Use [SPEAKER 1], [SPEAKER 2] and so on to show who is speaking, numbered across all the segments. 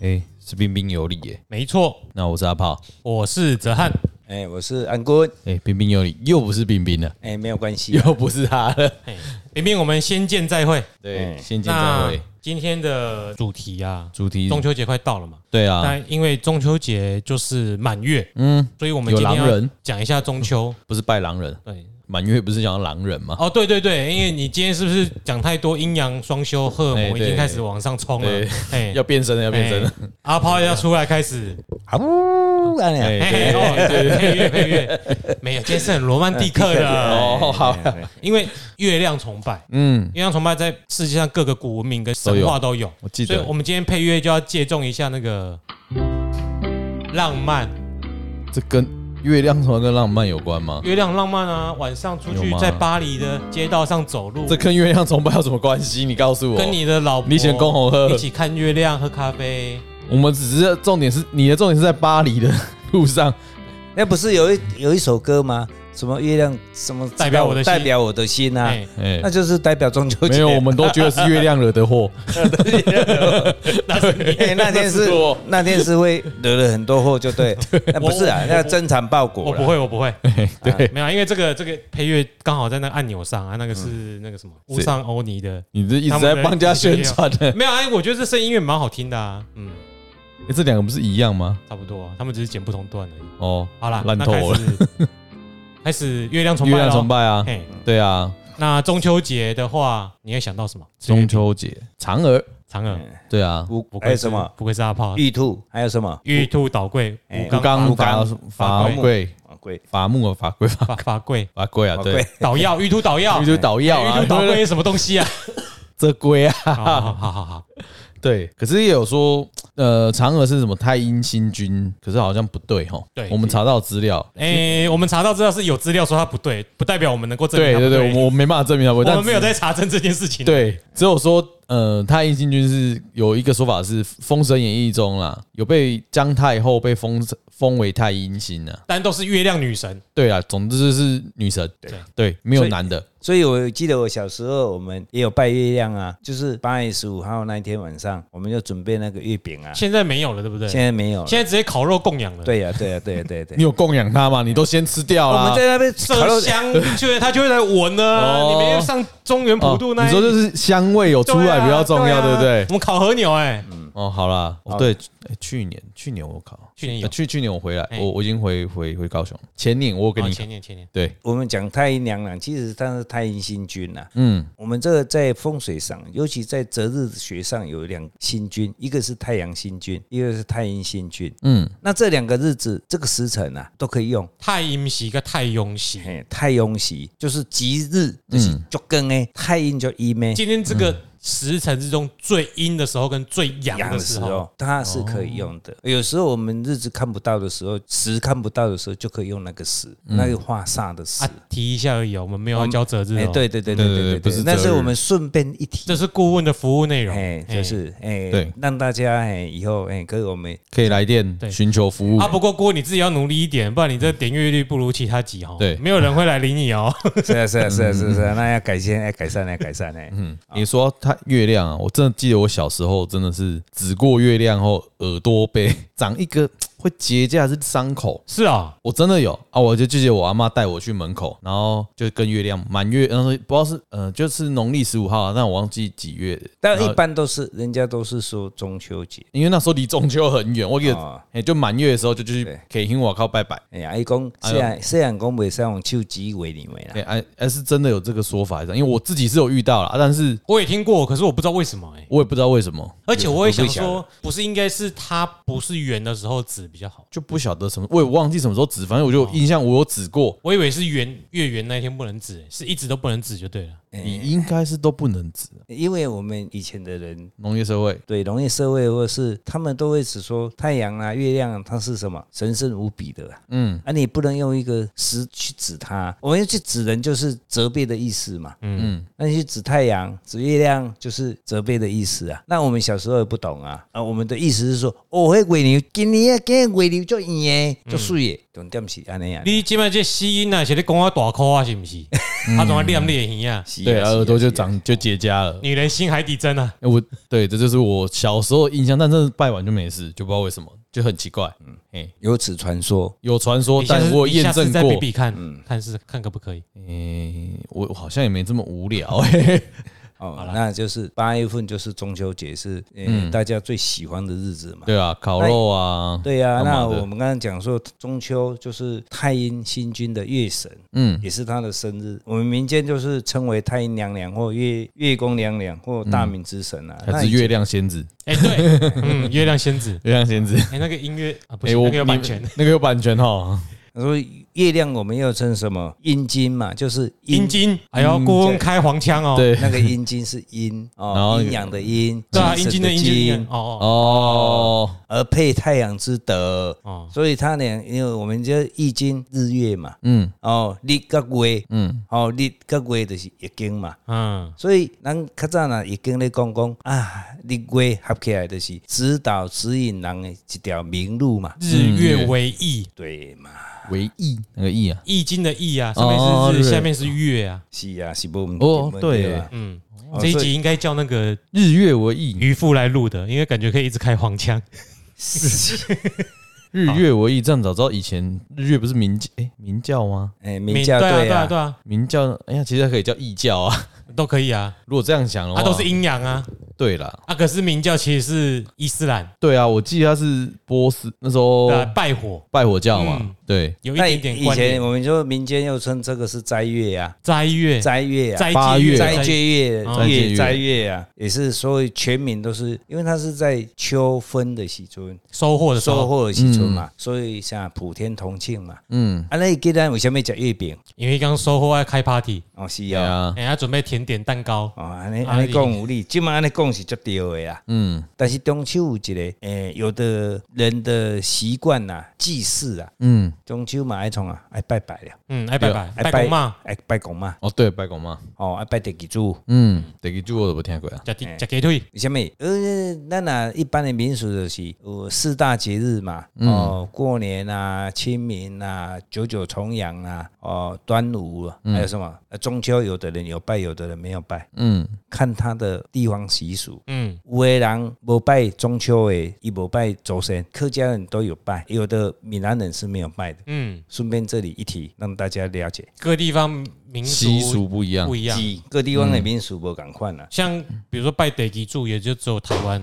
[SPEAKER 1] 哎，是彬彬有礼耶。
[SPEAKER 2] 没错，
[SPEAKER 1] 那我是阿炮，
[SPEAKER 2] 我是泽汉，
[SPEAKER 3] 哎、我是安坤，
[SPEAKER 1] 哎，彬彬有礼又不是彬彬了，
[SPEAKER 3] 哎、没有关系，
[SPEAKER 1] 又不是他了。
[SPEAKER 2] 嘿明明我们先见再会。
[SPEAKER 1] 对，
[SPEAKER 3] 哎
[SPEAKER 1] 先见再
[SPEAKER 2] 那
[SPEAKER 1] 会。
[SPEAKER 2] 今天的主题啊，
[SPEAKER 1] 主题
[SPEAKER 2] 中秋节快到了嘛，
[SPEAKER 1] 对啊，
[SPEAKER 2] 但因为中秋节就是满月，
[SPEAKER 1] 嗯，
[SPEAKER 2] 所以我们
[SPEAKER 1] 有
[SPEAKER 2] 今天
[SPEAKER 1] 狼
[SPEAKER 2] 要
[SPEAKER 1] 人嗯
[SPEAKER 2] 讲一下中秋。
[SPEAKER 1] 不是拜狼人，
[SPEAKER 2] 对，
[SPEAKER 1] 满月不是讲到狼人吗？
[SPEAKER 2] 哦，对对对，因为你今天是不是讲太多阴阳双修，荷尔
[SPEAKER 1] 哎
[SPEAKER 2] 蒙已
[SPEAKER 1] 对
[SPEAKER 2] 经开始往上冲了
[SPEAKER 1] 对？
[SPEAKER 2] 哎，
[SPEAKER 1] 要变身了，要变身了。
[SPEAKER 2] 哎阿炮要出来开始，
[SPEAKER 3] 啊呜，安
[SPEAKER 1] 哎
[SPEAKER 3] 呀，
[SPEAKER 2] 嘿嘿哦对，配乐配 乐，没有，今天是很罗曼蒂克的，
[SPEAKER 1] 哦，好，
[SPEAKER 2] 因为月亮崇拜。
[SPEAKER 1] 嗯，
[SPEAKER 2] 月亮崇拜在世界上各个古文明跟神话都有，
[SPEAKER 1] 我记
[SPEAKER 2] 所以
[SPEAKER 1] 得
[SPEAKER 2] 我们今天配乐就要借重一下那个浪漫，
[SPEAKER 1] 这跟月亮船跟浪漫有关吗？
[SPEAKER 2] 月亮浪漫啊！晚上出
[SPEAKER 1] 有
[SPEAKER 2] 去
[SPEAKER 1] 吗
[SPEAKER 2] 在巴黎的街道上走路，
[SPEAKER 1] 这跟月亮崇拜有什么关系？你告诉我。
[SPEAKER 2] 跟你的老婆
[SPEAKER 1] 你选公红喝
[SPEAKER 2] 一起看月亮喝咖啡，
[SPEAKER 1] 我们只是重点是你的重点是在巴黎的 路上，
[SPEAKER 3] 那不是有一有一首歌吗？什么月亮什么
[SPEAKER 2] 代表我的心
[SPEAKER 3] 代表我的心啊，
[SPEAKER 2] 哎，
[SPEAKER 1] 哎、
[SPEAKER 3] 那就是代表中秋
[SPEAKER 1] 没
[SPEAKER 3] 节。
[SPEAKER 1] 有，我们都觉得是月亮惹的祸。
[SPEAKER 2] 那是你
[SPEAKER 3] 哎、那天
[SPEAKER 1] 那
[SPEAKER 3] 是
[SPEAKER 1] 是我
[SPEAKER 3] 那天是会惹了很多祸，就对，那不是啊，那增产报
[SPEAKER 2] 我
[SPEAKER 3] 国
[SPEAKER 2] 不
[SPEAKER 3] 了。
[SPEAKER 2] 会，我不会，
[SPEAKER 1] 对，
[SPEAKER 2] 没有啊，因为这个这个配乐刚好在那个按钮上啊，那个是那个什么乌桑欧尼的，
[SPEAKER 1] 你这一直在帮人家宣传呢、
[SPEAKER 2] 没有啊，哎我觉得这声音乐蛮好听的啊，嗯，
[SPEAKER 1] 哎这两个不是一样吗？
[SPEAKER 2] 差不多啊，他们只是剪不同段而已。
[SPEAKER 1] 哦，
[SPEAKER 2] 好啦，
[SPEAKER 1] 烂透了。
[SPEAKER 2] 了。 开始月亮崇拜，
[SPEAKER 1] 月亮崇。拜啊，
[SPEAKER 2] 嘿，
[SPEAKER 1] 对啊，
[SPEAKER 2] 那中秋节的话，你会想到什么？
[SPEAKER 1] 中秋节嫦娥，
[SPEAKER 2] 嫦娥，
[SPEAKER 1] 对啊，
[SPEAKER 3] 不
[SPEAKER 2] 不愧
[SPEAKER 3] 还有
[SPEAKER 2] 是
[SPEAKER 3] 什么
[SPEAKER 2] 不愧是阿炮，
[SPEAKER 3] 玉兔，还有什么
[SPEAKER 2] 玉兔倒桂，
[SPEAKER 3] 哎
[SPEAKER 2] 吴
[SPEAKER 1] 吴
[SPEAKER 2] 刚
[SPEAKER 1] 刚
[SPEAKER 3] 吴
[SPEAKER 1] 法
[SPEAKER 3] 刚
[SPEAKER 1] 法贵
[SPEAKER 3] 啊贵
[SPEAKER 1] 法木啊法 贵法
[SPEAKER 2] 法法桂
[SPEAKER 1] 法贵啊，
[SPEAKER 3] 啊
[SPEAKER 1] 对
[SPEAKER 3] 贵，，
[SPEAKER 2] 捣药，玉兔捣药
[SPEAKER 1] 玉，兔捣药
[SPEAKER 2] 哎
[SPEAKER 1] 啊，
[SPEAKER 2] 玉兔捣
[SPEAKER 1] 对
[SPEAKER 2] 桂是什么东西 啊？
[SPEAKER 1] 这龟啊，
[SPEAKER 2] 好好好好好，
[SPEAKER 1] 对，可是也有说，呃，嫦娥是什么太阴星君，可是好像不对吼。
[SPEAKER 2] 对
[SPEAKER 1] 我们查到资料，
[SPEAKER 2] 哎，我们查到资料说它不对，不代表不对，不代表我们能够证明
[SPEAKER 1] 对
[SPEAKER 2] 它不
[SPEAKER 1] 对对，
[SPEAKER 2] 对。
[SPEAKER 1] 我我没办法证明他，我
[SPEAKER 2] 我们没有
[SPEAKER 1] 在
[SPEAKER 2] 在查证这件事情。，啊
[SPEAKER 1] 对，只有说，呃，太阴星君是有一个说法是《封神演义》中啦，有被姜太后被封封为太阴星啊。
[SPEAKER 2] 但都是月亮女神。
[SPEAKER 1] 对啊，总之就是女神，对对，没有男的，
[SPEAKER 3] 所以我记得我小时候，我们也有拜月亮啊，就是八月十五号那一天晚上，我们就准备那个月饼啊。
[SPEAKER 2] 现在没有了，对不对？
[SPEAKER 3] 现
[SPEAKER 2] 现
[SPEAKER 3] 在没有了，
[SPEAKER 2] 在直接烤肉供养了。
[SPEAKER 3] 对呀、对呀、对呀、对呀、对
[SPEAKER 1] 你
[SPEAKER 3] 呀、
[SPEAKER 1] 有供养他吗？ 你都先吃掉
[SPEAKER 3] 我
[SPEAKER 1] 啦。
[SPEAKER 3] 们在那边烤
[SPEAKER 2] 麝
[SPEAKER 3] 肉，
[SPEAKER 2] 香，就是它就会来闻呢。
[SPEAKER 1] 哦
[SPEAKER 2] 你没有上中原普渡那
[SPEAKER 1] 哦
[SPEAKER 2] 一，啊
[SPEAKER 1] 你说就是香味有出来比较重要，对不对
[SPEAKER 2] 啊？我们烤和牛，哎，
[SPEAKER 1] 哦，好啦，哦
[SPEAKER 3] 好
[SPEAKER 1] 对，哎去年去年我考，
[SPEAKER 2] 去年有
[SPEAKER 1] 呃去去年我回来，
[SPEAKER 2] 哎
[SPEAKER 1] 我我已经回回回高雄，前年我有跟
[SPEAKER 2] 哦
[SPEAKER 1] 你
[SPEAKER 2] 前年前年，
[SPEAKER 1] 对，
[SPEAKER 3] 我们讲太阴娘郎，其实它是太阴星君呐、
[SPEAKER 1] 嗯，
[SPEAKER 3] 我们这个在风水上，尤其在择日学上有两星君，一个是太阳星君，一个是太阴星君。
[SPEAKER 1] 嗯，
[SPEAKER 3] 那这两个日子，这个时辰啊，都可以用。
[SPEAKER 2] 太阴席跟太庸席。
[SPEAKER 3] 嘿，太阳时就是吉日，就是就跟诶，太阴就一咩。
[SPEAKER 2] 今天这
[SPEAKER 3] 嗯
[SPEAKER 2] 个时辰之中最阴的时候跟最阳
[SPEAKER 3] 阳
[SPEAKER 2] 的
[SPEAKER 3] 的
[SPEAKER 2] 时
[SPEAKER 3] 时
[SPEAKER 2] 候，
[SPEAKER 3] 候，它是可以用的。有时候我们日子看不到的时候，时看不到的时候，就可以用那个时，那个化煞的时
[SPEAKER 2] 啊。，提一下而已哦，我们没有要教择日
[SPEAKER 3] 哎，
[SPEAKER 2] 哦。，
[SPEAKER 3] 对对对对
[SPEAKER 1] 对对对
[SPEAKER 3] 对
[SPEAKER 1] 不
[SPEAKER 3] 对
[SPEAKER 1] 是
[SPEAKER 3] 对，那
[SPEAKER 1] 择
[SPEAKER 3] 是
[SPEAKER 1] 日
[SPEAKER 3] 我们顺便一提
[SPEAKER 2] 这。是顾问的服务内容。
[SPEAKER 3] 哎，
[SPEAKER 2] 哎
[SPEAKER 3] 就是哎，
[SPEAKER 1] 对
[SPEAKER 3] 让大家哎以后 哎，可以我们
[SPEAKER 1] 可以来电
[SPEAKER 2] 对
[SPEAKER 1] 寻求服务
[SPEAKER 2] 啊，，不过郭你自己要努力一点，不然你这点阅率不如其他集哦。
[SPEAKER 1] 对
[SPEAKER 2] 没有人会来理你哦。
[SPEAKER 3] 是啊是啊是啊是啊是啊，那要改善要改善要改善哎，嗯，
[SPEAKER 1] 你说它月亮啊，我真的记得我小时候真的是指过月亮后耳朵被 长一个会结痂的伤口。
[SPEAKER 2] 是啊，
[SPEAKER 1] 我真的有啊！我就记得我阿妈带我去门口，然后就跟月亮满月，然后不知道是呃，就是农历十五号啊，但我忘记几月。
[SPEAKER 3] 但
[SPEAKER 1] 然
[SPEAKER 3] 一
[SPEAKER 1] 后
[SPEAKER 3] 般都是人家都是说中秋节，
[SPEAKER 1] 因为那时候离中秋很远，我记得
[SPEAKER 3] 哦
[SPEAKER 1] 哎、就满月的时候就去
[SPEAKER 3] 对
[SPEAKER 1] 可以听我靠拜拜。
[SPEAKER 3] 哎呀，伊讲虽然虽然讲袂使用手机为你为啦
[SPEAKER 1] 哎、，哎、哎，是真的有这个说法，因为我自己是有遇到啦，但是
[SPEAKER 2] 我也听过，可是我不知道为什么哎。
[SPEAKER 1] 我也不知道为什么，
[SPEAKER 2] 而且我也想
[SPEAKER 3] 我不晓
[SPEAKER 2] 说，不是应该是它不是圆的时候指比较好。
[SPEAKER 1] 就不晓得什么，我也忘记什么时候指，反正我就有印象我有指过，
[SPEAKER 2] 我以为是圆月圆那一天不能指，是一直都不能指就对了。
[SPEAKER 1] 你应该是都不能指。
[SPEAKER 3] 因为我们以前的人
[SPEAKER 1] 农业社会，
[SPEAKER 3] 对农业社会，或者是他们都会只说太阳啊、月亮啊，它是什么神圣无比的、啊，嗯，啊，你不能用一个时去指它，啊我们去指人就是责备的意思嘛，嗯，那你去指太阳、指月亮就是责备的意思啊。那我们小时候也不懂啊，啊，我们的意思是说，哦，那鬼牛今年啊，今年鬼牛就
[SPEAKER 1] 嗯
[SPEAKER 3] 圆的，就水的，重点是安尼啊，
[SPEAKER 2] 你今麦这吸音啊，是咧讲我大哭啊，是不是？他总要亮裂一样。
[SPEAKER 4] 是啊
[SPEAKER 1] 对，
[SPEAKER 4] 是啊
[SPEAKER 1] 耳朵
[SPEAKER 4] 是
[SPEAKER 1] 就
[SPEAKER 4] 啊
[SPEAKER 1] 长就结痂了。
[SPEAKER 2] 女人心海底针啊，
[SPEAKER 1] 哎我对，这就是我小时候的印象，但真的拜完就没事，就不知道为什么，就很奇怪。嗯，哎，
[SPEAKER 3] 有此传说，
[SPEAKER 1] 有传说
[SPEAKER 2] 你，下
[SPEAKER 1] 但
[SPEAKER 2] 次
[SPEAKER 1] 我有
[SPEAKER 2] 你下
[SPEAKER 1] 验
[SPEAKER 2] 次
[SPEAKER 1] 证
[SPEAKER 2] 再
[SPEAKER 1] 过
[SPEAKER 2] 比，比看，看是看可不可以。
[SPEAKER 1] 哎，我我好像也没这么无聊。哎嘿嘿
[SPEAKER 3] 哦，那就是八月份就是中秋节，是嗯大家最喜欢的日子嘛。
[SPEAKER 1] 对啊，烤肉啊，
[SPEAKER 3] 对呀、
[SPEAKER 1] 干嘛
[SPEAKER 3] 那
[SPEAKER 1] 的
[SPEAKER 3] 我们刚刚讲说中秋就是太阴星君的月神，
[SPEAKER 1] 嗯，
[SPEAKER 3] 也是他的生日。我们民间就是称为太阴娘娘或月月宫娘娘或大明之神啊。那
[SPEAKER 1] 嗯还是
[SPEAKER 3] 以前
[SPEAKER 1] 月亮仙子，
[SPEAKER 2] 哎，对，嗯，月亮仙子，
[SPEAKER 1] 月亮仙子。
[SPEAKER 2] 哎，那个音乐啊，不
[SPEAKER 1] 哎，
[SPEAKER 2] 行，
[SPEAKER 1] 我
[SPEAKER 2] 那个有版
[SPEAKER 1] 你
[SPEAKER 2] 权。哦
[SPEAKER 1] 那个有版权哈。
[SPEAKER 3] 他说月亮我们又称什么阴金嘛，就是
[SPEAKER 2] 阴茎，哎呦，
[SPEAKER 3] 嗯
[SPEAKER 2] 郭
[SPEAKER 3] 对
[SPEAKER 2] 文开黄腔哦，
[SPEAKER 1] 对，
[SPEAKER 3] 那个阴金是阴
[SPEAKER 1] 然
[SPEAKER 3] 哦
[SPEAKER 1] 后，
[SPEAKER 3] 阴阳的阴，
[SPEAKER 2] 对啊，
[SPEAKER 3] 精
[SPEAKER 2] 阴茎
[SPEAKER 3] 神
[SPEAKER 2] 的阴茎
[SPEAKER 3] 精，
[SPEAKER 2] 哦
[SPEAKER 1] 哦，
[SPEAKER 3] 而配太阳之德。
[SPEAKER 2] 哦
[SPEAKER 3] 所以他呢，因为我们叫易经日月嘛，
[SPEAKER 1] 嗯
[SPEAKER 3] 哦，日甲月，
[SPEAKER 1] 嗯，
[SPEAKER 3] 哦，日甲月就是易经嘛。
[SPEAKER 2] 哦，嗯，
[SPEAKER 3] 所以咱较早呢，易经咧讲讲啊，日月合起来就是指导指引人的一条明路嘛。
[SPEAKER 2] 日月为翼，
[SPEAKER 3] 对嘛，
[SPEAKER 1] 为意那个意啊，
[SPEAKER 2] 易经的易啊，上
[SPEAKER 1] 哦
[SPEAKER 2] 面是
[SPEAKER 1] 对
[SPEAKER 2] 日，下面是月啊，
[SPEAKER 3] 是啊，是不？
[SPEAKER 1] 哦对
[SPEAKER 3] 吧？
[SPEAKER 2] 嗯
[SPEAKER 3] 哦，
[SPEAKER 2] 这一
[SPEAKER 3] 所以
[SPEAKER 2] 集应该叫那个
[SPEAKER 1] 日月为意，
[SPEAKER 2] 渔夫来录的，因为感觉可以一直开黄腔，
[SPEAKER 1] 日月为意。这样早知道以前日月不是明哎明教吗？
[SPEAKER 3] 哎，
[SPEAKER 2] 明
[SPEAKER 3] 名教
[SPEAKER 2] 对啊
[SPEAKER 3] 对
[SPEAKER 2] 对啊
[SPEAKER 3] 啊，
[SPEAKER 2] 对啊，
[SPEAKER 1] 明教哎呀，其实它可以叫异教啊。
[SPEAKER 2] 都可以啊，
[SPEAKER 1] 如果这样想的话，
[SPEAKER 2] 它都是阴阳啊，
[SPEAKER 1] 对啦，
[SPEAKER 2] 啊，可是明教其实是伊斯兰，
[SPEAKER 1] 对啊，我记得他是波斯那时候
[SPEAKER 2] 对啊，拜火
[SPEAKER 1] 拜火教嘛
[SPEAKER 2] 嗯，
[SPEAKER 1] 对，
[SPEAKER 2] 有一
[SPEAKER 3] 那
[SPEAKER 2] 点
[SPEAKER 3] 以
[SPEAKER 2] 点
[SPEAKER 3] 以
[SPEAKER 2] 关
[SPEAKER 3] 前
[SPEAKER 2] 联，
[SPEAKER 3] 我们就民间又称这个是斋月啊，
[SPEAKER 2] 斋月、
[SPEAKER 3] 斋月啊，
[SPEAKER 2] 斋
[SPEAKER 1] 八
[SPEAKER 2] 戒
[SPEAKER 1] 月
[SPEAKER 3] 斋戒月
[SPEAKER 2] 哦
[SPEAKER 3] 月
[SPEAKER 1] 斋
[SPEAKER 3] 斋
[SPEAKER 1] 戒
[SPEAKER 3] 月啊，也是所以全民都是，因为它是在秋分的时阵，
[SPEAKER 2] 收获的时
[SPEAKER 3] 收
[SPEAKER 1] 哦
[SPEAKER 2] 候，
[SPEAKER 3] 获的时阵嘛，所以像普天同庆嘛。
[SPEAKER 1] 嗯，
[SPEAKER 3] 啊，那你既然为什么吃月饼？
[SPEAKER 2] 因为刚收获要开 party，
[SPEAKER 3] 哦，是
[SPEAKER 1] 对
[SPEAKER 3] 啊。
[SPEAKER 1] 啊，
[SPEAKER 2] 哎，要准备甜点蛋糕，
[SPEAKER 3] 哦，安尼
[SPEAKER 2] 啊
[SPEAKER 3] 安尼
[SPEAKER 2] 你
[SPEAKER 3] 讲有理，即马安尼讲是足对的啦。
[SPEAKER 1] 嗯
[SPEAKER 3] 但是中秋有一个，诶、有的人的习惯呐，祭祀啊，
[SPEAKER 1] 嗯，
[SPEAKER 3] 中秋嘛爱创啊，爱拜拜了，
[SPEAKER 2] 嗯，
[SPEAKER 1] 啊
[SPEAKER 2] 哎，拜拜，
[SPEAKER 3] 爱
[SPEAKER 2] 拜公嘛，
[SPEAKER 3] 爱拜公嘛，
[SPEAKER 1] 哦对，拜公妈，
[SPEAKER 3] 哦，爱拜地基主。
[SPEAKER 1] 嗯，这个句我都没听过啊，
[SPEAKER 2] 夹鸡夹鸡腿，
[SPEAKER 3] 为什么？呃，咱啊一般的民俗就是有四大节日嘛，
[SPEAKER 1] 嗯
[SPEAKER 3] 哦，过年啊、清明啊、九九重阳啊、哦、端午、啊，还有什么？呃中秋有的人有拜，有的人没有拜，
[SPEAKER 1] 嗯
[SPEAKER 3] 看他的地方习俗。
[SPEAKER 2] 嗯，
[SPEAKER 3] 有的人无拜中秋的，伊无拜祖先，客家人都有拜，有的闽南人是没有拜的。
[SPEAKER 2] 嗯，
[SPEAKER 3] 顺便这里一提，让大家了解，
[SPEAKER 2] 各地方民
[SPEAKER 1] 习
[SPEAKER 2] 俗
[SPEAKER 1] 俗不一样
[SPEAKER 2] 不，一样，
[SPEAKER 3] 是各地方的民俗无共款啊啦。
[SPEAKER 2] 像比如说拜地基主，也就只有台湾，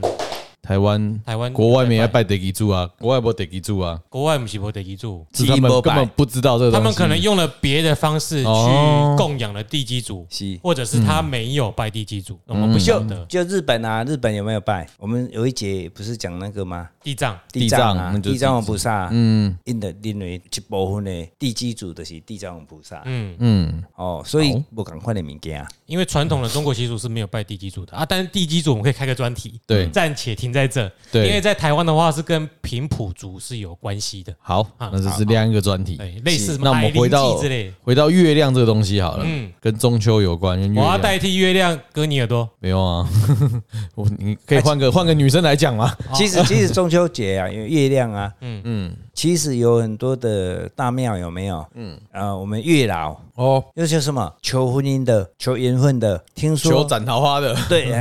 [SPEAKER 1] 台湾
[SPEAKER 2] 台湾
[SPEAKER 1] 国外没爱，拜德基柱啊，国外不德基柱啊，
[SPEAKER 2] 国外不是拜地基主，
[SPEAKER 1] 是他们根本不知道这个东
[SPEAKER 2] 他
[SPEAKER 1] 西，
[SPEAKER 2] 们可能用了别的方式去
[SPEAKER 1] 哦嗯
[SPEAKER 2] 供养了地基主，
[SPEAKER 3] 是
[SPEAKER 2] 或者是他没有拜地基主，我们不晓得
[SPEAKER 3] 就日本啊，日本有没有拜？我们有一节不是讲那个吗？
[SPEAKER 2] 地藏。
[SPEAKER 1] 地
[SPEAKER 3] 地
[SPEAKER 1] 藏
[SPEAKER 3] 藏
[SPEAKER 1] 那
[SPEAKER 3] 啊，
[SPEAKER 1] 就是
[SPEAKER 3] 地藏王菩萨，
[SPEAKER 1] 嗯
[SPEAKER 3] 因的认为一部分的地基主就是地藏王菩萨
[SPEAKER 2] 嗯，
[SPEAKER 1] 嗯
[SPEAKER 3] 哦，所以
[SPEAKER 1] 好
[SPEAKER 3] 无共款的物件。
[SPEAKER 2] 因为传统的中国习俗是没有拜地基主的啊，但是地基主我们可以开个专题，
[SPEAKER 1] 对
[SPEAKER 2] 暂且停在这，
[SPEAKER 1] 对
[SPEAKER 2] 因为在台湾的话是跟平埔族是有关系的，
[SPEAKER 1] 好，那这是另一个专题。
[SPEAKER 2] 对，类哎似什么
[SPEAKER 1] 那我
[SPEAKER 2] 矮
[SPEAKER 1] 们
[SPEAKER 2] 灵
[SPEAKER 1] 回到
[SPEAKER 2] 祭之类的。
[SPEAKER 1] 回到月亮这个东西好了，
[SPEAKER 2] 嗯
[SPEAKER 1] 跟中秋有关，跟月
[SPEAKER 2] 我要
[SPEAKER 1] 亮
[SPEAKER 2] 代替月亮割你耳朵，
[SPEAKER 1] 没有啊， 我你可以
[SPEAKER 2] 哎
[SPEAKER 1] 换个换个女生来讲嘛，
[SPEAKER 3] 其实其实中秋节啊，因为月亮啊，
[SPEAKER 2] 嗯
[SPEAKER 3] 嗯嗯，其实有很多的大庙有没有？嗯啊，我们月老
[SPEAKER 1] 哦，
[SPEAKER 3] 又叫什么求婚姻的、求缘分的，听
[SPEAKER 1] 求
[SPEAKER 3] 说
[SPEAKER 1] 斩桃花 的，
[SPEAKER 3] 对，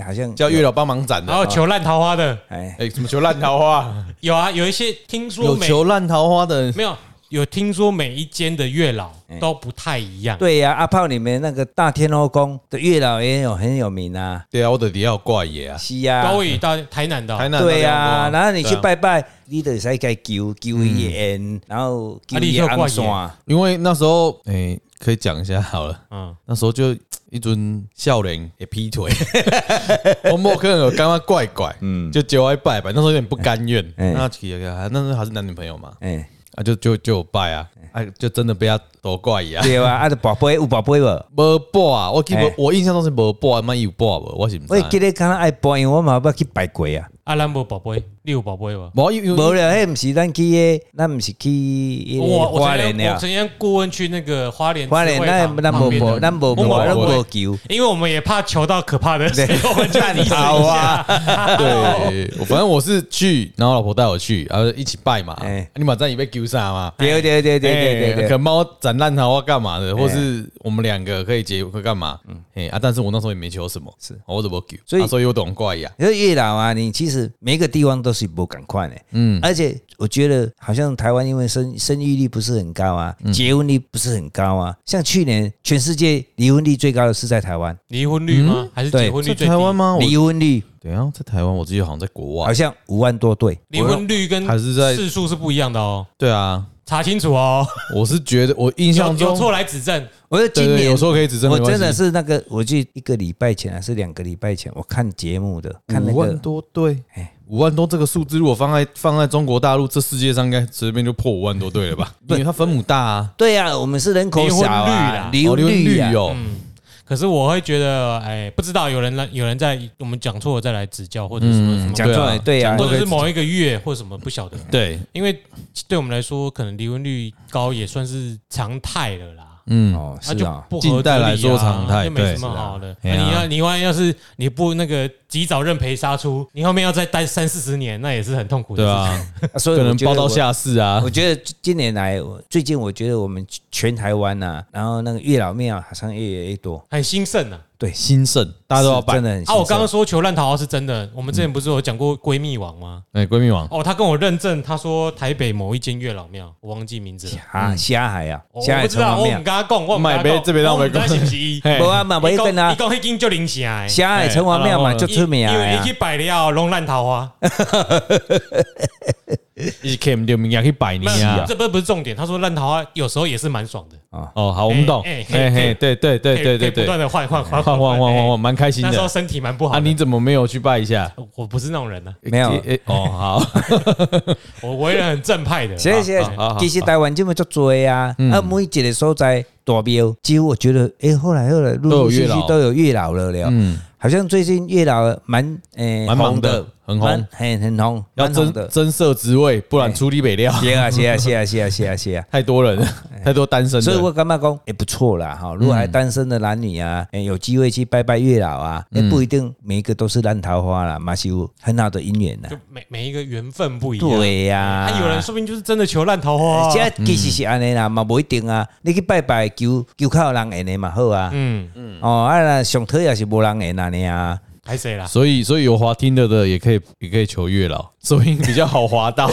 [SPEAKER 3] 哎好像
[SPEAKER 1] 叫月老帮忙斩的
[SPEAKER 2] 然，后求烂桃花的
[SPEAKER 3] 哎，
[SPEAKER 1] 哎，什么求烂桃花？
[SPEAKER 2] 有啊，有一些听说
[SPEAKER 1] 有
[SPEAKER 2] 每
[SPEAKER 1] 求烂桃花的，
[SPEAKER 2] 没有有听说每一间的月老
[SPEAKER 1] 哎
[SPEAKER 2] 都不太一样，
[SPEAKER 3] 对呀、阿炮里面那个大天后宫的月老也有很有名啊，
[SPEAKER 1] 对啊，我的底下怪爷啊，
[SPEAKER 3] 是呀、
[SPEAKER 2] 高伟到台南的哦
[SPEAKER 1] 台南
[SPEAKER 3] 对
[SPEAKER 1] 呀、
[SPEAKER 3] 呀、然后你去
[SPEAKER 1] 对啊嗯
[SPEAKER 3] 拜拜，你得使该求求伊的恩，然后求
[SPEAKER 1] 啊
[SPEAKER 3] 伊的红线。
[SPEAKER 1] 因为那时候哎、可以讲一下好了。
[SPEAKER 2] 嗯，
[SPEAKER 1] 那时候就一尊笑脸也劈腿， 我莫可能有刚刚怪怪，嗯，就就爱拜拜，那时候有点不甘愿，啊
[SPEAKER 3] 哎
[SPEAKER 1] 那其实还那时候还是男女朋友嘛，
[SPEAKER 3] 哎，
[SPEAKER 1] 啊就就就有拜啊，啊就真的被他夺怪呀，
[SPEAKER 3] 对啊，啊，就宝贝有宝贝无？
[SPEAKER 1] 没拜啊，我记不
[SPEAKER 3] 哎
[SPEAKER 1] 我印象中是没拜，妈有拜无，我是不
[SPEAKER 3] 我
[SPEAKER 1] 知
[SPEAKER 3] 记
[SPEAKER 1] 道。
[SPEAKER 3] 得看到爱拜，因为我嘛捌去拜过啊。
[SPEAKER 2] 啊，咱无宝贝，你有宝贝无？
[SPEAKER 1] 无因
[SPEAKER 3] 无
[SPEAKER 1] 为
[SPEAKER 3] 了，迄毋是咱去诶，咱毋是去迄个
[SPEAKER 2] 我我
[SPEAKER 3] 花
[SPEAKER 2] 曾
[SPEAKER 3] 莲
[SPEAKER 2] 经我
[SPEAKER 3] 了，
[SPEAKER 2] 曾经顾问去那个花莲
[SPEAKER 3] 花莲
[SPEAKER 2] 智慧
[SPEAKER 3] 咱
[SPEAKER 2] 堂
[SPEAKER 3] 咱
[SPEAKER 2] 旁
[SPEAKER 3] 无
[SPEAKER 2] 边
[SPEAKER 3] 无
[SPEAKER 2] 的
[SPEAKER 3] 咱无
[SPEAKER 2] 我
[SPEAKER 3] 无
[SPEAKER 2] 们
[SPEAKER 3] 咱
[SPEAKER 2] 不会
[SPEAKER 3] 无 球，
[SPEAKER 2] 因为我们也怕求到可怕的，所以我们就离职一
[SPEAKER 3] 好
[SPEAKER 2] 下。
[SPEAKER 3] 啊，
[SPEAKER 1] 对，我反正我是去，然后老婆带我去，然后一起拜嘛。
[SPEAKER 3] 哎
[SPEAKER 1] 啊你马上也被丢上嘛。
[SPEAKER 3] 对对对对对
[SPEAKER 1] 哎
[SPEAKER 3] 对哎
[SPEAKER 1] 可
[SPEAKER 3] 对，
[SPEAKER 1] 能帮我斩烂桃花干嘛的，或是我们两个可以结会干嘛？哎啊，但是我那时候也没求什么，是我怎么求？
[SPEAKER 3] 嗯所以
[SPEAKER 1] 啊所以我懂怪呀。
[SPEAKER 3] 因为越南啊，你其实每个地方都是不赶快的，嗯，而且我觉得好像台湾因为生生育率不是很高啊，
[SPEAKER 2] 嗯
[SPEAKER 3] 结婚率不是很高啊，像去年全世界离婚率最高的是在台湾，
[SPEAKER 2] 离婚率吗？还是
[SPEAKER 3] 对
[SPEAKER 2] 结婚率
[SPEAKER 1] 在
[SPEAKER 2] 最低？
[SPEAKER 1] 台湾吗？我
[SPEAKER 3] 离婚率
[SPEAKER 1] 等一下在台湾，我记得好像在国
[SPEAKER 3] 好
[SPEAKER 1] 外。
[SPEAKER 3] 像五万多对，
[SPEAKER 2] 离婚率跟
[SPEAKER 1] 还是在
[SPEAKER 2] 次数是不一样的哦，
[SPEAKER 1] 对啊，
[SPEAKER 2] 查清楚哦。
[SPEAKER 1] 我是觉得我印
[SPEAKER 2] 有
[SPEAKER 1] 象中
[SPEAKER 2] 有错来指正，
[SPEAKER 3] 我说
[SPEAKER 1] 对
[SPEAKER 3] 今
[SPEAKER 1] 对
[SPEAKER 3] 年
[SPEAKER 1] 有时候可以指正，
[SPEAKER 3] 我
[SPEAKER 1] 没关
[SPEAKER 3] 真的
[SPEAKER 1] 系
[SPEAKER 3] 是那个，我记一个礼拜前还是两个礼拜前，我看节目的，看那
[SPEAKER 1] 五万
[SPEAKER 3] 个
[SPEAKER 1] 多对
[SPEAKER 3] 哎，
[SPEAKER 1] 五万多这个数字，如果放在放在中国大陆，这世界上应该随便就破五万多对了吧？因为它分母大啊，
[SPEAKER 3] 对呀、我们是人口少啊，
[SPEAKER 2] 离
[SPEAKER 3] 离
[SPEAKER 1] 哦
[SPEAKER 3] 婚
[SPEAKER 1] 离婚
[SPEAKER 3] 率啊
[SPEAKER 1] 率哦，
[SPEAKER 2] 可是我会觉得，哎，不知道有人来，有人在我们讲错了再来指教，或者什么什么，
[SPEAKER 3] 讲出来，对呀、啊
[SPEAKER 2] 或者是某一个月或什么不晓得，
[SPEAKER 1] 对，
[SPEAKER 2] 因为对我们来说，可能离婚率高也算是常态了啦。
[SPEAKER 1] 嗯，
[SPEAKER 3] 哦，
[SPEAKER 2] 那
[SPEAKER 3] 是
[SPEAKER 2] 就
[SPEAKER 3] 啊，
[SPEAKER 2] 不合
[SPEAKER 1] 近代来说
[SPEAKER 2] 理啊
[SPEAKER 1] 常态
[SPEAKER 2] 就没什
[SPEAKER 1] 对
[SPEAKER 2] 么好的。
[SPEAKER 1] 是啊
[SPEAKER 2] 那
[SPEAKER 1] 哎
[SPEAKER 2] 你
[SPEAKER 1] 呀
[SPEAKER 2] 要你万一要是你不那个及早认赔杀出，你后面要再待三四十年，那也是很痛苦的
[SPEAKER 1] 对
[SPEAKER 2] 事情。
[SPEAKER 1] 啊，
[SPEAKER 3] 啊所以
[SPEAKER 1] 可
[SPEAKER 3] 我
[SPEAKER 1] 能
[SPEAKER 3] 觉得
[SPEAKER 1] 报到
[SPEAKER 3] 我。
[SPEAKER 1] 下市啊
[SPEAKER 3] 我，觉得今年来，我最近我觉得我们全台湾呐、啊，然后那个月老庙好像越来越多，
[SPEAKER 2] 很兴盛啊！
[SPEAKER 1] 兴盛，大家都要
[SPEAKER 3] 是真
[SPEAKER 1] 办。
[SPEAKER 3] 的很兴
[SPEAKER 2] 啊，
[SPEAKER 3] 盛。
[SPEAKER 2] 我刚刚说求烂桃花是真的，我们
[SPEAKER 1] 嗯
[SPEAKER 2] 之前不是有讲过闺蜜网吗？
[SPEAKER 1] 哎，闺蜜网，
[SPEAKER 2] 哦，他跟我认证，他说台北某一间月老庙，我忘记名字了。
[SPEAKER 3] 啊，虾海啊，
[SPEAKER 2] 我哦
[SPEAKER 3] 虾
[SPEAKER 2] 我
[SPEAKER 3] 海
[SPEAKER 2] 不知
[SPEAKER 3] 城
[SPEAKER 2] 道，
[SPEAKER 3] 隍
[SPEAKER 2] 我唔
[SPEAKER 3] 庙
[SPEAKER 2] 跟，他讲，我
[SPEAKER 1] 买杯这边让
[SPEAKER 2] 我
[SPEAKER 1] 我
[SPEAKER 2] 唔知道是不 是伊。
[SPEAKER 1] 嘿
[SPEAKER 3] 无啊嘛，没跟啊
[SPEAKER 2] 伊，讲迄间叫林霞，
[SPEAKER 3] 虾海城隍庙嘛就出名
[SPEAKER 2] 因
[SPEAKER 3] 的
[SPEAKER 2] 为伊
[SPEAKER 3] 啊
[SPEAKER 2] 去。摆了拢烂 桃花。
[SPEAKER 1] 一起 K 就明年去百
[SPEAKER 2] 没
[SPEAKER 1] 年
[SPEAKER 2] 有，
[SPEAKER 1] 啊。
[SPEAKER 2] 这不不是重点。他说烂桃花有时候也是蛮爽的，
[SPEAKER 1] 哦，好，我们懂。
[SPEAKER 2] 哎
[SPEAKER 1] 嘿
[SPEAKER 2] 哎可以
[SPEAKER 1] 嘿，对对对
[SPEAKER 2] 可以
[SPEAKER 1] 对
[SPEAKER 2] 可
[SPEAKER 1] 对
[SPEAKER 2] 以不断
[SPEAKER 1] 对，
[SPEAKER 2] 的换换换哎
[SPEAKER 1] 换换换换换，蛮开心
[SPEAKER 2] 那时候
[SPEAKER 1] 的。
[SPEAKER 2] 身体蛮不
[SPEAKER 1] 啊，
[SPEAKER 2] 好的。
[SPEAKER 1] 你怎么没有去拜一下？
[SPEAKER 2] 我不是那种人呢，
[SPEAKER 3] 没有
[SPEAKER 1] 哎，哎哦，好，
[SPEAKER 2] 我为人很正派的。啊
[SPEAKER 3] 其实现在
[SPEAKER 1] 好好嗯好
[SPEAKER 3] 其实台湾这么足多啊，啊，每一个所在大庙，几乎我觉得，诶，后来后来陆陆
[SPEAKER 1] 都有月
[SPEAKER 3] 续续
[SPEAKER 1] 老
[SPEAKER 3] 都有月老了了。
[SPEAKER 1] 嗯，
[SPEAKER 3] 好像最近月老蛮诶
[SPEAKER 1] 蛮忙
[SPEAKER 3] 红
[SPEAKER 1] 的很红
[SPEAKER 3] 蛮很很红，
[SPEAKER 1] 要
[SPEAKER 3] 蛮红
[SPEAKER 1] 增
[SPEAKER 3] 的。
[SPEAKER 1] 增设职位，不然出力北料。
[SPEAKER 3] 是啊是啊是啊是啊是啊是啊，
[SPEAKER 1] 太多人了，太多单身的。嗯
[SPEAKER 3] 所以我感觉讲也不错啦哈。如果还单身的男女啊，诶有机会去拜拜月老啊，
[SPEAKER 1] 嗯
[SPEAKER 3] 也不一定每一个都是烂桃花啦，马西有很好的姻缘呐
[SPEAKER 2] 就。每每一个缘分不一样。
[SPEAKER 3] 对呀
[SPEAKER 2] 啊，，有人说不定就是真的求烂桃花啊。
[SPEAKER 3] 现在其实是安尼啦，嘛不一定啊。你去拜拜求求靠人缘的嘛好啊。
[SPEAKER 2] 嗯，
[SPEAKER 3] 哦，啊那上头也是无人缘安尼啊。
[SPEAKER 2] 还谁 啦？
[SPEAKER 1] 所以，所以有滑听的的也可以，也可以求月老， 说不定比较好滑到，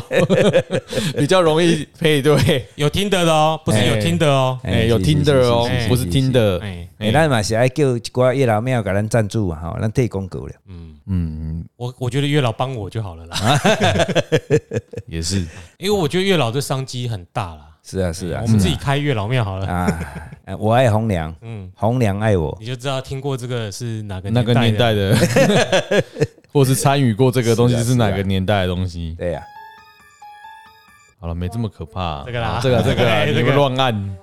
[SPEAKER 1] 比较容易配对。
[SPEAKER 2] 有听得的哦，不是有听得哦。
[SPEAKER 3] 哎
[SPEAKER 1] 哎、有
[SPEAKER 3] 是是
[SPEAKER 1] 听的哦
[SPEAKER 2] 是是，
[SPEAKER 1] 不是听的。
[SPEAKER 2] 哎，
[SPEAKER 3] 哎，咱嘛是爱叫一寡月老庙给咱赞助啊，吼，咱替广告了。
[SPEAKER 2] 我我觉得月老帮我就好了
[SPEAKER 1] 啊
[SPEAKER 2] 啦，
[SPEAKER 1] 也是，
[SPEAKER 2] 因为我觉得月老这商机很大啦。
[SPEAKER 3] 是啊，是啊，
[SPEAKER 2] 我们
[SPEAKER 3] 是
[SPEAKER 2] 自己开月老庙好
[SPEAKER 3] 啊
[SPEAKER 2] 了。
[SPEAKER 3] 啊，哎我爱红娘，
[SPEAKER 2] 嗯，
[SPEAKER 3] 红娘爱我。
[SPEAKER 2] 你就知道听过这个是哪个
[SPEAKER 1] 那个年代的， 或是参与过这个东西
[SPEAKER 3] 是啊
[SPEAKER 1] 是哪
[SPEAKER 3] 是
[SPEAKER 1] 个
[SPEAKER 3] 啊
[SPEAKER 1] 年代的东西。
[SPEAKER 3] 对啊呀，
[SPEAKER 1] 好了，没这么可怕、
[SPEAKER 2] 这个啦
[SPEAKER 1] 啊这 个这个啦，
[SPEAKER 2] 哎
[SPEAKER 1] 你
[SPEAKER 2] 这个
[SPEAKER 1] 们乱按。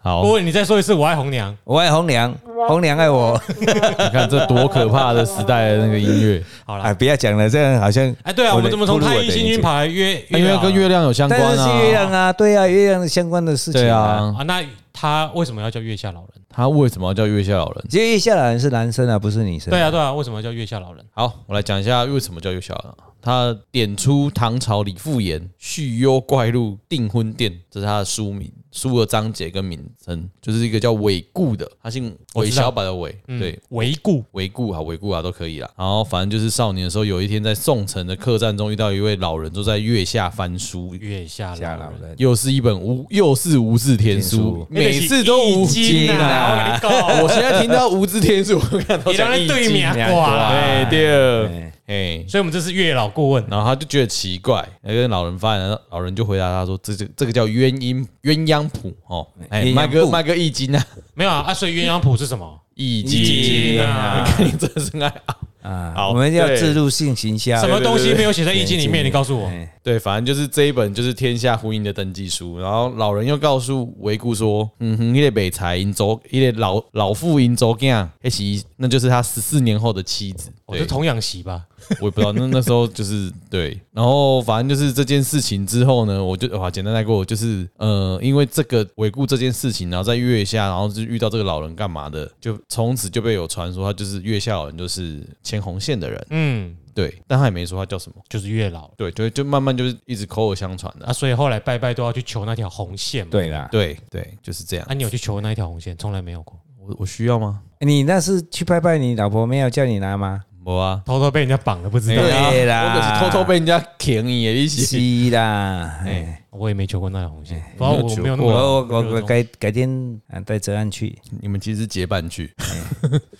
[SPEAKER 1] 好，
[SPEAKER 2] 不过你再说一次，我爱红娘。
[SPEAKER 3] 我爱红娘，红娘爱我。
[SPEAKER 1] 你看这多可怕的时代的那个音 乐，
[SPEAKER 2] 好
[SPEAKER 3] 哎，
[SPEAKER 2] 了，
[SPEAKER 3] 不要讲了，这样好像
[SPEAKER 2] 哎，对啊，我们怎么从
[SPEAKER 3] 步入
[SPEAKER 2] 太
[SPEAKER 3] 我
[SPEAKER 2] 乙
[SPEAKER 3] 的
[SPEAKER 2] 星
[SPEAKER 3] 年
[SPEAKER 2] 君
[SPEAKER 3] 纪
[SPEAKER 2] 跑来约
[SPEAKER 1] 哎因为
[SPEAKER 2] 老啊
[SPEAKER 1] 跟月亮有相
[SPEAKER 3] 当然
[SPEAKER 1] 关
[SPEAKER 3] 是月亮
[SPEAKER 1] 啊。
[SPEAKER 3] 啊，对啊，月亮相关的事情
[SPEAKER 1] 对
[SPEAKER 3] 啊。
[SPEAKER 1] 啊，
[SPEAKER 2] 啊？那他为什么要叫月下老人？
[SPEAKER 1] 他为什么要叫月下老人？
[SPEAKER 3] 其实月下老人是男生啊，不是女生。
[SPEAKER 2] 对啊，对啊，为什么要叫月下老人？
[SPEAKER 1] 好，我来讲一下为什么叫月下老人。他点出唐朝李复言《续幽怪录·订婚殿》，这是他的书名、书的章节跟名称，就是一个叫韦固的，他姓
[SPEAKER 2] 我
[SPEAKER 1] 韦
[SPEAKER 2] 知道
[SPEAKER 1] 小宝的韦，
[SPEAKER 2] 嗯
[SPEAKER 1] 对，
[SPEAKER 2] 维固
[SPEAKER 1] 韦固啊，韦固啊都可以啦。然后反正就是少年的时候，有一天在宋城的客栈中遇到一位老人，坐在月下翻书，
[SPEAKER 2] 月下
[SPEAKER 3] 下老
[SPEAKER 2] 老人。
[SPEAKER 3] 人，
[SPEAKER 1] 又是一本无，又是无字天 书，每
[SPEAKER 2] 啊
[SPEAKER 1] 次都无
[SPEAKER 2] 金啊！
[SPEAKER 1] 我
[SPEAKER 2] 我
[SPEAKER 1] 现在听到无字天书，我看到
[SPEAKER 2] 跟你讲，
[SPEAKER 1] 讲
[SPEAKER 2] 你
[SPEAKER 1] 易
[SPEAKER 2] 人对
[SPEAKER 1] 经
[SPEAKER 2] 面
[SPEAKER 3] 啊
[SPEAKER 2] 挂啦。
[SPEAKER 1] 哎，第二
[SPEAKER 3] 哎，
[SPEAKER 1] 哎，
[SPEAKER 2] 所以我们这是月老顾问，啊
[SPEAKER 1] 然后他就觉得奇怪，那跟老人发言，老人就回答他说：“这这这个叫鸳鸯鸳鸯谱哦，哎，
[SPEAKER 3] 鸳鸯
[SPEAKER 1] 卖个
[SPEAKER 3] 谱
[SPEAKER 1] 卖个易经啊，
[SPEAKER 2] 没有啊？啊，所以鸳鸯谱是什么？
[SPEAKER 1] 易
[SPEAKER 3] 易
[SPEAKER 1] 经
[SPEAKER 3] 经
[SPEAKER 1] 啊
[SPEAKER 2] 啊，
[SPEAKER 1] 看 你真是爱啊，
[SPEAKER 3] 啊，
[SPEAKER 1] 好
[SPEAKER 3] 我们要
[SPEAKER 1] 对
[SPEAKER 3] 自入性行销
[SPEAKER 2] 什。么东西没有写在易
[SPEAKER 3] 啊对
[SPEAKER 2] 经里面？你告诉我，
[SPEAKER 3] 哎
[SPEAKER 1] 对，反正就是这一本就是天下婚姻的登记书。然后老人又告诉维固说，嗯哼，一类北财银州，一类老老妇银州干，那其那就是他十四年后的妻子。
[SPEAKER 2] 我是
[SPEAKER 1] 对
[SPEAKER 2] 童养媳吧？
[SPEAKER 1] 我也不知道，那那时候就是对，然后反正就是这件事情之后呢，我就哇简单带过，就是呃，因为这个回顾这件事情，然后在月下，然后就遇到这个老人干嘛的，就从此就被有传说他就是月下老人，就是牵红线的人，
[SPEAKER 2] 嗯，
[SPEAKER 1] 对，但他也没说他叫什么，
[SPEAKER 2] 就是月老
[SPEAKER 1] 对，就就慢慢就是一直口耳相传的、
[SPEAKER 2] 啊，所以后来拜拜都要去求那条红线嘛。
[SPEAKER 3] 对啦，
[SPEAKER 1] 对对，就是这样
[SPEAKER 2] 啊，。你有去求那一条红线？从来没有过，
[SPEAKER 1] 我我需要吗？
[SPEAKER 3] 你那是去拜拜，你老婆没有叫你拿 吗？
[SPEAKER 1] 我啊，
[SPEAKER 2] 偷偷被人家绑了，不知道。
[SPEAKER 3] 对啊啦
[SPEAKER 1] 我可是偷偷被人家舔你耶，一起。
[SPEAKER 3] 是啦，
[SPEAKER 1] 哎
[SPEAKER 3] 哎，
[SPEAKER 2] 我也没求过那条红线，不知道我没有那
[SPEAKER 3] 我
[SPEAKER 2] 么
[SPEAKER 3] 我
[SPEAKER 2] 没有
[SPEAKER 3] 我
[SPEAKER 2] 那
[SPEAKER 3] 我
[SPEAKER 2] 种
[SPEAKER 3] 改改天啊带哲安去，
[SPEAKER 1] 你们其实是结伴 去，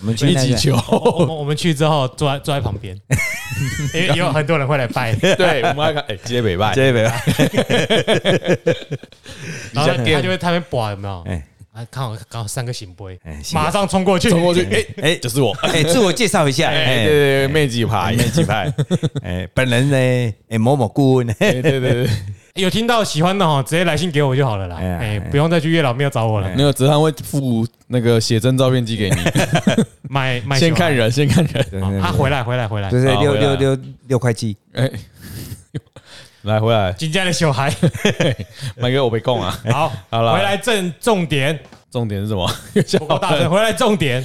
[SPEAKER 3] 我们去
[SPEAKER 1] 一
[SPEAKER 3] 那
[SPEAKER 1] 起
[SPEAKER 3] 个
[SPEAKER 1] 求。
[SPEAKER 2] 我 们我们去之后坐在坐在旁边，因为有很多人会来 拜，
[SPEAKER 1] 对，我们要看，哎，接北拜，
[SPEAKER 3] 这边吧，
[SPEAKER 2] 然后他他就会他们拔有没有？
[SPEAKER 3] 哎
[SPEAKER 2] 啊，刚好刚好三个醒杯，
[SPEAKER 3] 哎，是
[SPEAKER 2] 马上冲过去，
[SPEAKER 1] 冲过去，哎哎， 就是我，
[SPEAKER 3] 哎，自我介绍一下，
[SPEAKER 1] 哎，对
[SPEAKER 3] 哎
[SPEAKER 1] 对对，妹几排，
[SPEAKER 3] 妹几派，哎，本人呢，哎某某顾问，
[SPEAKER 1] 对对对对，
[SPEAKER 2] 有听到喜欢的哦哈，直接来信给我就好了啦。
[SPEAKER 3] 哎呀
[SPEAKER 2] 哎，
[SPEAKER 3] 哎
[SPEAKER 2] 不用再去月老庙找我了。
[SPEAKER 1] 那个泽汉会附那个写真照片寄 给你，
[SPEAKER 2] 买买
[SPEAKER 1] 先
[SPEAKER 2] 球啊
[SPEAKER 1] 看，人，先看人，
[SPEAKER 3] 对
[SPEAKER 2] 啊，回来回来回来
[SPEAKER 3] 就，是
[SPEAKER 1] 好
[SPEAKER 3] 六
[SPEAKER 1] 回来
[SPEAKER 3] 六六六块鸡，
[SPEAKER 1] 哎，来回来，
[SPEAKER 2] 今天的 小孩，
[SPEAKER 1] 买给我被供啊，
[SPEAKER 2] 好，
[SPEAKER 1] 好啦哦
[SPEAKER 2] 回来正重点，
[SPEAKER 1] 重点 是什么？月下
[SPEAKER 2] 不够
[SPEAKER 1] 老
[SPEAKER 2] 大声，
[SPEAKER 1] 人，
[SPEAKER 2] 回来重点。